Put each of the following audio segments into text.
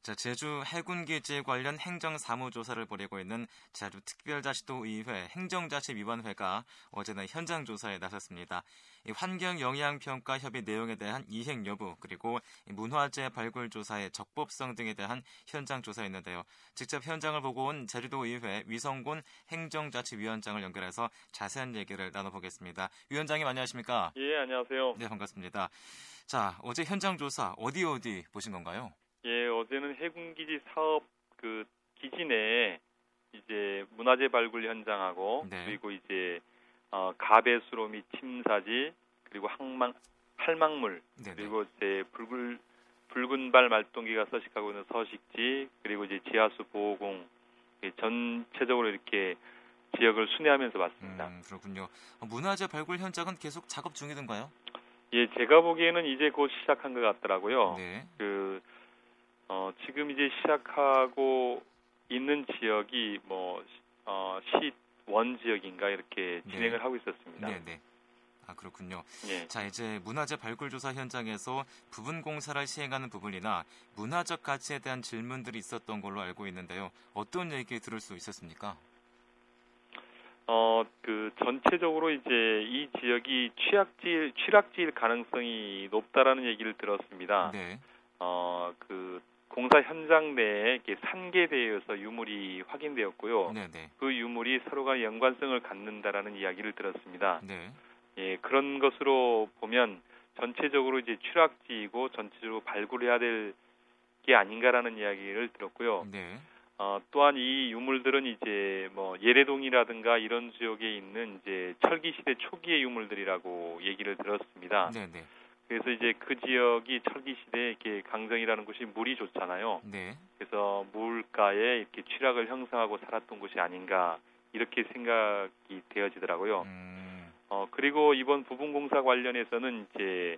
자, 제주 해군기지 관련 행정사무조사를 벌이고 있는 제주특별자치도의회 행정자치위원회가 어제는 현장 조사에 나섰습니다. 이 환경영향평가협의 내용에 대한 이행 여부 그리고 이 문화재 발굴 조사의 적법성 등에 대한 현장 조사였는데요. 직접 현장을 보고 온 제주도의회 위성곤 행정자치위원장을 연결해서 자세한 얘기를 나눠보겠습니다. 위원장님 안녕하십니까? 예, 안녕하세요. 네, 반갑습니다. 자, 어제 현장 조사 어디 어디 보신 건가요? 예, 어제는 해군기지 사업 그 기지 내에 이제 문화재 발굴 현장하고 네. 그리고 이제 어, 가배수로 및 침사지 그리고 항망 할망물 네, 네. 그리고 이제 붉은 붉은발 말동기가 서식하고 있는 서식지 그리고 이제 지하수 보호공 예, 전체적으로 이렇게 지역을 순회하면서 봤습니다. 음, 그렇군요. 어, 문화재 발굴 현장은 계속 작업 중이던가요? 예, 제가 보기에는 이제 곧 시작한 것 같더라고요. 네. 그, 어, 지금 이제 시작하고 있는 지역이 뭐, 시- 어, 시원 지역인가 이렇게 네. 진행을 하고 있었습니다. 네, 네. 아, 그렇군요. 예. 자, 이제 문화재 발굴 조사 현장에서 부분 공사를 시행하는 부분이나 문화적 가치에 대한 질문들이 있었던 걸로 알고 있는데요. 어떤 얘기 들을 수 있었습니까? 어, 그 전체적으로 이제 이 지역이 취약지, 취락지일 가능성이 높다라는 얘기를 들었습니다. 네. 어, 그 공사 현장 내에 이렇게 산계대에서 유물이 확인되었고요. 네, 네. 그 유물이 서로가 연관성을 갖는다라는 이야기를 들었습니다. 네. 예, 그런 것으로 보면 전체적으로 이제 추락지이고 전체적으로 발굴해야 될 게 아닌가라는 이야기를 들었고요. 네. 어, 또한 이 유물들은 이제 뭐 예래동이라든가 이런 지역에 있는 이제 철기 시대 초기의 유물들이라고 얘기를 들었습니다. 네, 네. 그래서 이제 그 지역이 철기 시대에 이렇게 강정이라는 곳이 물이 좋잖아요. 네. 그래서 물가에 이렇게 취락을 형성하고 살았던 곳이 아닌가 이렇게 생각이 되어지더라고요. 음. 어, 그리고 이번 부분공사 관련해서는 이제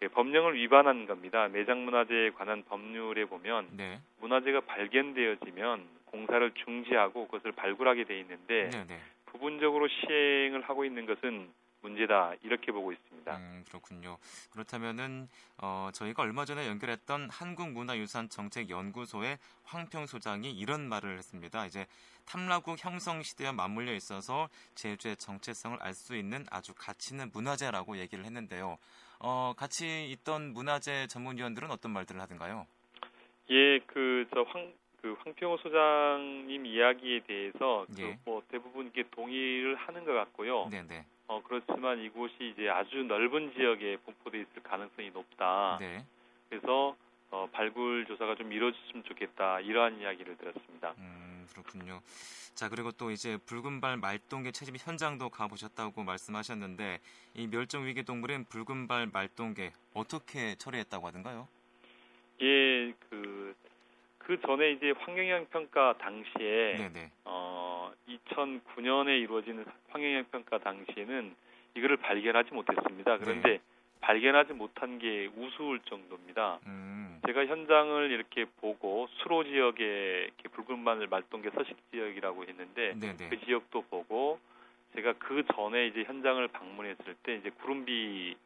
그 법령을 위반한 겁니다. 매장문화재에 관한 법률에 보면 네. 문화재가 발견되어지면 공사를 중지하고 그것을 발굴하게 돼 있는데 네, 네. 부분적으로 시행을 하고 있는 것은 문제다 이렇게 보고 있습니다. 음, 그렇군요. 그렇다면은 어, 저희가 얼마 전에 연결했던 한국문화유산정책연구소의 황평 소장이 이런 말을 했습니다. 이제 탐라국 형성 시대와 맞물려 있어서 제주의 정체성을 알 수 있는 아주 가치 있는 문화재라고 얘기를 했는데요. 어, 같이 있던 문화재 전문위원들은 어떤 말들을 하던가요? 예, 그 저 황 그 황평호 소장님 이야기에 대해서 그 예. 뭐 대부분 이렇게 동의를 하는 것 같고요. 네, 네, 어 그렇지만 이곳이 이제 아주 넓은 지역에 분포돼 있을 가능성이 높다. 네. 그래서 어, 발굴 조사가 좀 이루어졌으면 좋겠다 이러한 이야기를 들었습니다. 음, 그렇군요. 자, 그리고 또 이제 붉은발 말동개 채집 현장도 가보셨다고 말씀하셨는데 이 멸종 위기 동물인 붉은발 말동개 어떻게 처리했다고 하던가요? 예, 그, 그 전에 이제 환경영 평가 당시에 네. 어, 2009년에 이루어지는 환경영 평가 당시에는 이거를 발견하지 못했습니다. 그런데 발견하지 못한 게 우스울 정도입니다. 음. 제가 현장을 이렇게 보고 수로 지역에 이렇게 붉은 마늘 말동계 서식 지역이라고 했는데 네, 네. 그 지역도 보고 제가 그 전에 이제 현장을 방문했을 때 이제 구름비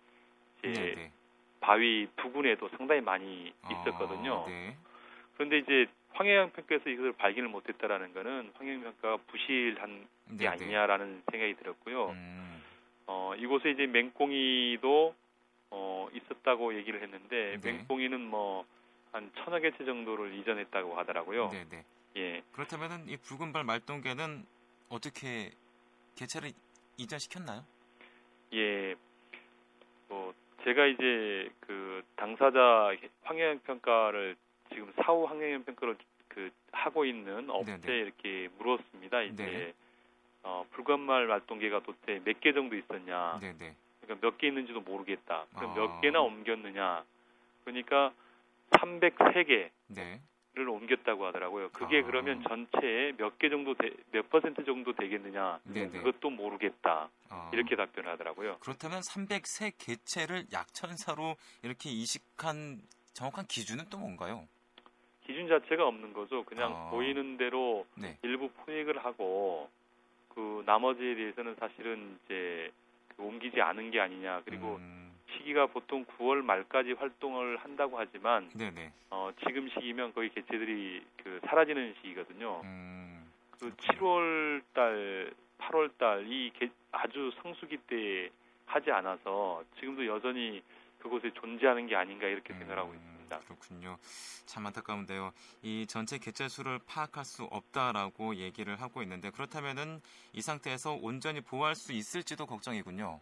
이제 네, 네. 바위 부근에도 상당히 많이 아, 있었거든요. 네. 그런데 이제 황해영 평가에서 이것을 발견을 못했다라는 거는 황해영 평가가 부실한 네, 게 아니냐라는 생각이 들었고요. 음. 어, 이곳에 이제 맹꽁이도 어, 있었다고 얘기를 네. 했는데 맹꽁이는 뭐 한 천여 개체 정도를 이전했다고 하더라고요. 네, 네. 예. 그렇다면은 이 붉은발 말동개는 어떻게 개체를 이전시켰나요? 예. 뭐 제가 이제 그 당사자 황해영 평가를 지금 사후 황해영 평가를 그 하고 있는 업체에 네네. 이렇게 물었습니다. 이제 네. 어, 불관말 말동개가 도대체 몇 개 정도 있었냐? 네, 네. 그러니까 몇 개 있는지도 모르겠다. 그럼 아. 몇 개나 옮겼느냐? 그러니까 303개를 네. 옮겼다고 하더라고요. 그게 아. 그러면 전체에 몇 개 정도 되, 몇 퍼센트 정도 되겠느냐? 네네. 그것도 모르겠다. 어. 이렇게 답변하더라고요. 그렇다면 303 개체를 약천사로 이렇게 이식한 정확한 기준은 또 뭔가요? 기준 자체가 없는 거죠. 그냥 아. 보이는 대로 네. 일부 포획을 하고 그 나머지에 대해서는 사실은 이제 그 옮기지 않은 게 아니냐. 그리고 음, 시기가 보통 9월 말까지 활동을 한다고 하지만 네네. 어, 지금 시기면 거의 개체들이 그 사라지는 시기거든요. 음, 그 그렇군요. 7월 달, 8월 달이 아주 성수기 때 하지 않아서 지금도 여전히 그곳에 존재하는 게 아닌가 이렇게 생각하고 음, 있습니다. 그렇군요. 참 안타까운데요. 이 전체 개체 수를 파악할 수 없다라고 얘기를 하고 있는데 그렇다면은 이 상태에서 온전히 보호할 수 있을지도 걱정이군요.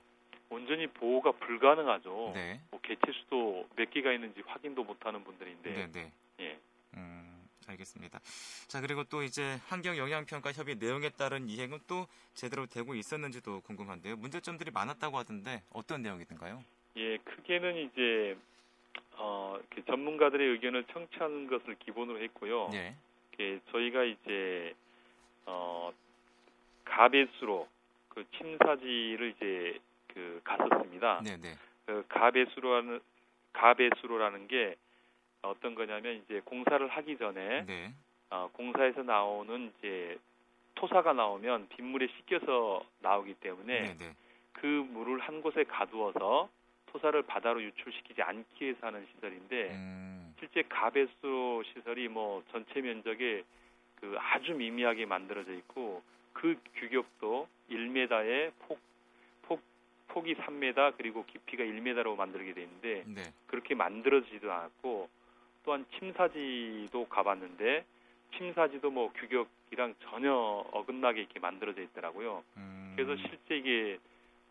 온전히 보호가 불가능하죠. 네. 뭐 개체 수도 몇 개가 있는지 확인도 못하는 분들인데 네, 네. 예. 음, 알겠습니다. 자, 그리고 또 이제 환경 영향 평가 협의 내용에 따른 이행은 또 제대로 되고 있었는지도 궁금한데요. 문제점들이 많았다고 하던데 어떤 내용이든가요? 예, 크게는 이제 어, 그 전문가들의 의견을 청취하는 것을 기본으로 했고요. 예. 이렇게 저희가 이제 어, 가배수로 그 침사지를 이제 그 갔었습니다. 네, 네. 그 가배수로라는 가배수로라는 게 어떤 거냐면 이제 공사를 하기 전에 네. 어, 공사에서 나오는 이제 토사가 나오면 빗물에 씻겨서 나오기 때문에 네, 네. 그 물을 한 곳에 가두어서 토사를 바다로 유출시키지 않기 위해서 하는 시설인데 음. 실제 가배수 시설이 뭐 전체 면적에 그 아주 미미하게 만들어져 있고 그 규격도 1m에 폭, 폭 폭이 3m 그리고 깊이가 1m로 만들게 돼 있는데 네. 그렇게 만들어지지도 않았고 또한 침사지도 가봤는데 침사지도 뭐 규격이랑 전혀 어긋나게 이렇게 만들어져 있더라고요. 음. 그래서 실제 이게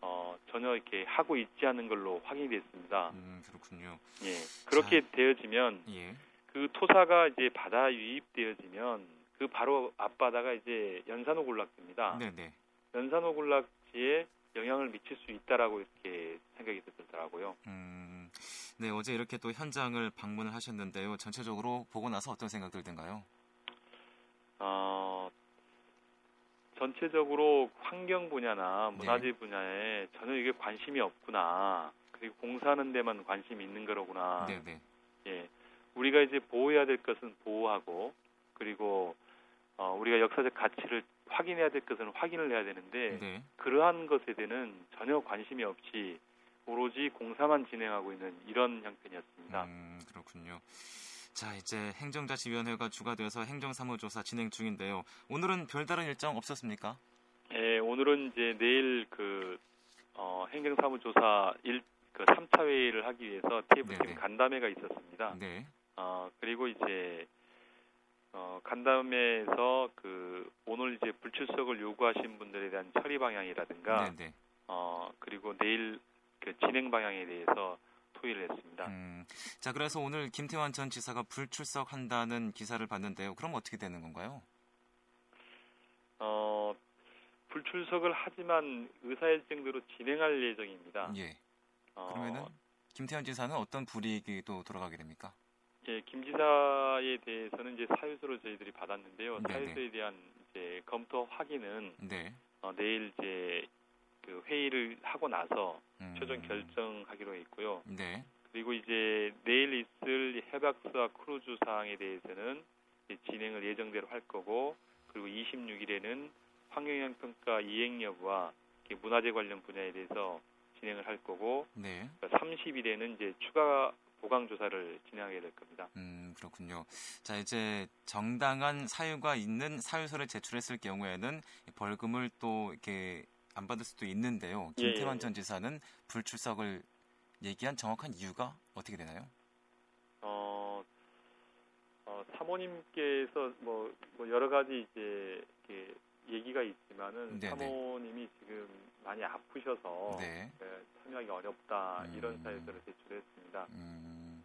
어, 전혀 이렇게 하고 있지 않은 걸로 확인이 됐습니다. 음, 그렇군요. 예. 그렇게 되어지면 예. 그 토사가 이제 바다 유입되어지면 그 바로 앞바다가 이제 연산호 군락지입니다. 네, 네. 연산호 군락지에 영향을 미칠 수 있다라고 이렇게 생각이 들더라고요. 음. 네, 어제 이렇게 또 현장을 방문을 하셨는데요. 전체적으로 보고 나서 어떤 생각들 든가요? 어, 전체적으로 환경 분야나 문화재 네. 분야에 전혀 이게 관심이 없구나. 그리고 공사하는 데만 관심이 있는 거로구나. 네, 네. 예, 우리가 이제 보호해야 될 것은 보호하고 그리고 어, 우리가 역사적 가치를 확인해야 될 것은 확인을 해야 되는데 네. 그러한 것에 대해는 전혀 관심이 없이 오로지 공사만 진행하고 있는 이런 형편이었습니다. 음, 그렇군요. 자, 이제 행정자치위원회가 주가 돼서 행정사무조사 진행 중인데요. 오늘은 별다른 일정 없었습니까? 예, 오늘은 이제 내일 그 어, 행정사무조사 일그 3차 회의를 하기 위해서 TF팀 네네. 간담회가 있었습니다. 네. 어, 그리고 이제 어, 간담회에서 그 오늘 이제 불출석을 요구하신 분들에 대한 처리 방향이라든가 네, 네. 어, 그리고 내일 그 진행 방향에 대해서 토의를 했습니다. 음, 자, 그래서 오늘 김태환 전 지사가 불출석한다는 기사를 봤는데요. 그럼 어떻게 되는 건가요? 어, 불출석을 하지만 의사일정대로 진행할 예정입니다. 예. 아, 어, 그러면은 김태환 지사는 어떤 불이익이 또 돌아가게 됩니까? 예, 김 지사에 대해서는 이제 사유서를 저희들이 받았는데요. 네네. 사유서에 대한 이제 검토 확인은 네. 어, 내일 이제 그 회의를 하고 나서 음, 최종 결정하기로 했고요. 네. 그리고 이제 내일 있을 해박스와 크루즈 사항에 대해서는 이제 진행을 예정대로 할 거고 그리고 26일에는 환경영향 평가 이행 여부와 이렇게 문화재 관련 분야에 대해서 진행을 할 거고 네. 30일에는 이제 추가 보강 조사를 진행하게 될 겁니다. 음, 그렇군요. 자, 이제 정당한 사유가 있는 사유서를 제출했을 경우에는 벌금을 또 이렇게 안 받을 수도 있는데요. 예, 김태환 예, 예. 전 지사는 불출석을 얘기한 정확한 이유가 어떻게 되나요? 어, 어, 사모님께서 뭐, 뭐 여러 가지 이제 이렇게 얘기가 있지만은 네네. 사모님이 지금 많이 아프셔서 네. 예, 참여하기 어렵다 이런 음. 사유서를 제출했습니다. 음,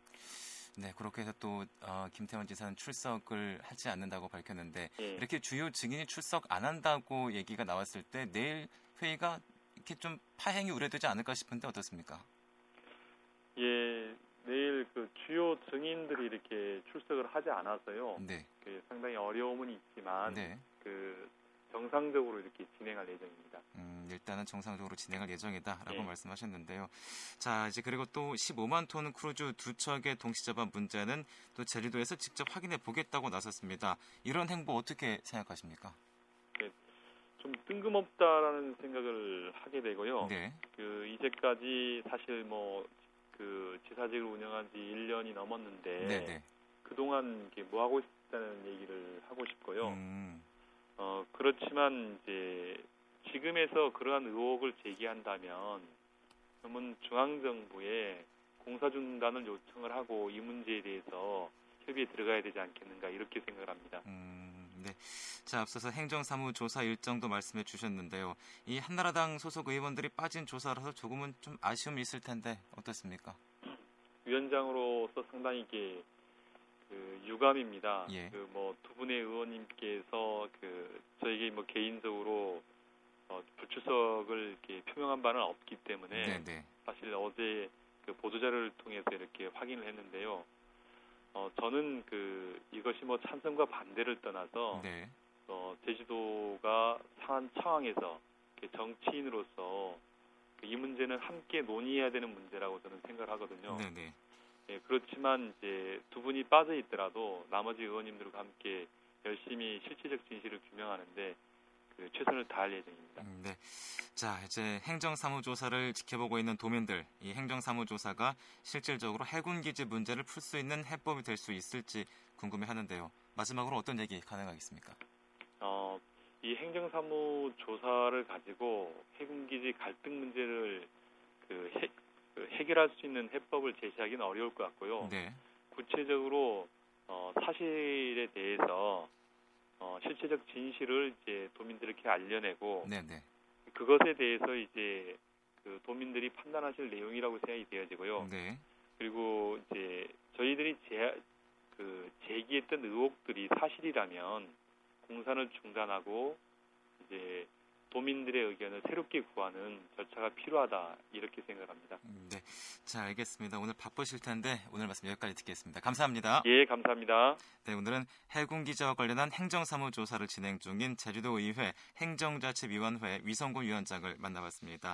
네, 그렇게 해서 또 어, 김태환 지사는 출석을 하지 않는다고 밝혔는데 예. 이렇게 주요 증인이 출석 안 한다고 얘기가 나왔을 때 내일 회의가 이렇게 좀 파행이 우려되지 않을까 싶은데 어떻습니까? 예, 내일 그 주요 증인들이 이렇게 출석을 하지 않아서요. 네. 그 상당히 어려움은 있지만 네. 그 정상적으로 이렇게 진행할 예정입니다. 음, 일단은 정상적으로 진행할 예정이다라고 예. 말씀하셨는데요. 자, 이제 그리고 또 15만 톤 크루즈 두 척의 동시자반 문제는 또 제주도에서 직접 확인해 보겠다고 나섰습니다. 이런 행보 어떻게 생각하십니까? 좀 어, 뜬금없다라는 생각을 하게 되고요. 네. 그 이제까지 사실 뭐 그 지사직을 운영한 지 1년이 넘었는데 네, 네. 그동안 이게 뭐 하고 있다는 얘기를 하고 싶고요. 음, 어, 그렇지만 이제 지금에서 그러한 의혹을 제기한다면 그러면 중앙정부에 공사 중단을 요청을 하고 이 문제에 대해서 협의에 들어가야 되지 않겠는가 이렇게 생각을 합니다. 음, 네. 자, 앞서서 행정사무 조사 일정도 말씀해 주셨는데요. 이 한나라당 소속 의원들이 빠진 조사라서 조금은 좀 아쉬움이 있을 텐데 어떻습니까? 위원장으로서 상당히 이게 그 유감입니다. 예. 그 뭐 두 분의 의원님께서 그 저에게 뭐 개인적으로 어, 불출석을 이렇게 표명한 바는 없기 때문에 네, 네. 사실 어제 그 보도자료를 통해서 이렇게 확인을 했는데요. 어, 저는 그 이것이 뭐 찬성과 반대를 떠나서 네. 어, 제주도가 상한 상황에서 이렇게 정치인으로서 그이 문제는 함께 논의해야 되는 문제라고 저는 생각을 하거든요. 네, 네. 예, 그렇지만 이제 두 분이 빠져 있더라도 나머지 의원님들과 함께 열심히 실체적 진실을 규명하는데 그 최선을 다할 예정입니다. 음, 네. 자, 이제 행정사무조사를 지켜보고 있는 도민들, 이 행정사무조사가 실질적으로 해군기지 문제를 풀 수 있는 해법이 될 수 있을지 궁금해 하는데요. 마지막으로 어떤 얘기 가능하겠습니까? 어, 이 행정사무 조사를 가지고 해군기지 갈등 문제를 그 해, 그 해결할 수 있는 해법을 제시하기는 어려울 것 같고요. 네. 구체적으로 어, 사실에 대해서 어, 실체적 진실을 이제 도민들에게 알려내고 네, 네. 그것에 대해서 이제 그 도민들이 판단하실 내용이라고 생각이 되어지고요. 네. 그리고 이제 저희들이 제, 그 제기했던 의혹들이 사실이라면 공사를 중단하고 이제 도민들의 의견을 새롭게 구하는 절차가 필요하다 이렇게 생각합니다. 음, 네. 자, 알겠습니다. 오늘 바쁘실 텐데 오늘 말씀 여기까지 듣겠습니다. 감사합니다. 예, 감사합니다. 네, 오늘은 해군 기지와 관련한 행정사무 조사를 진행 중인 제주도의회 행정자치위원회 위성군 위원장을 만나봤습니다.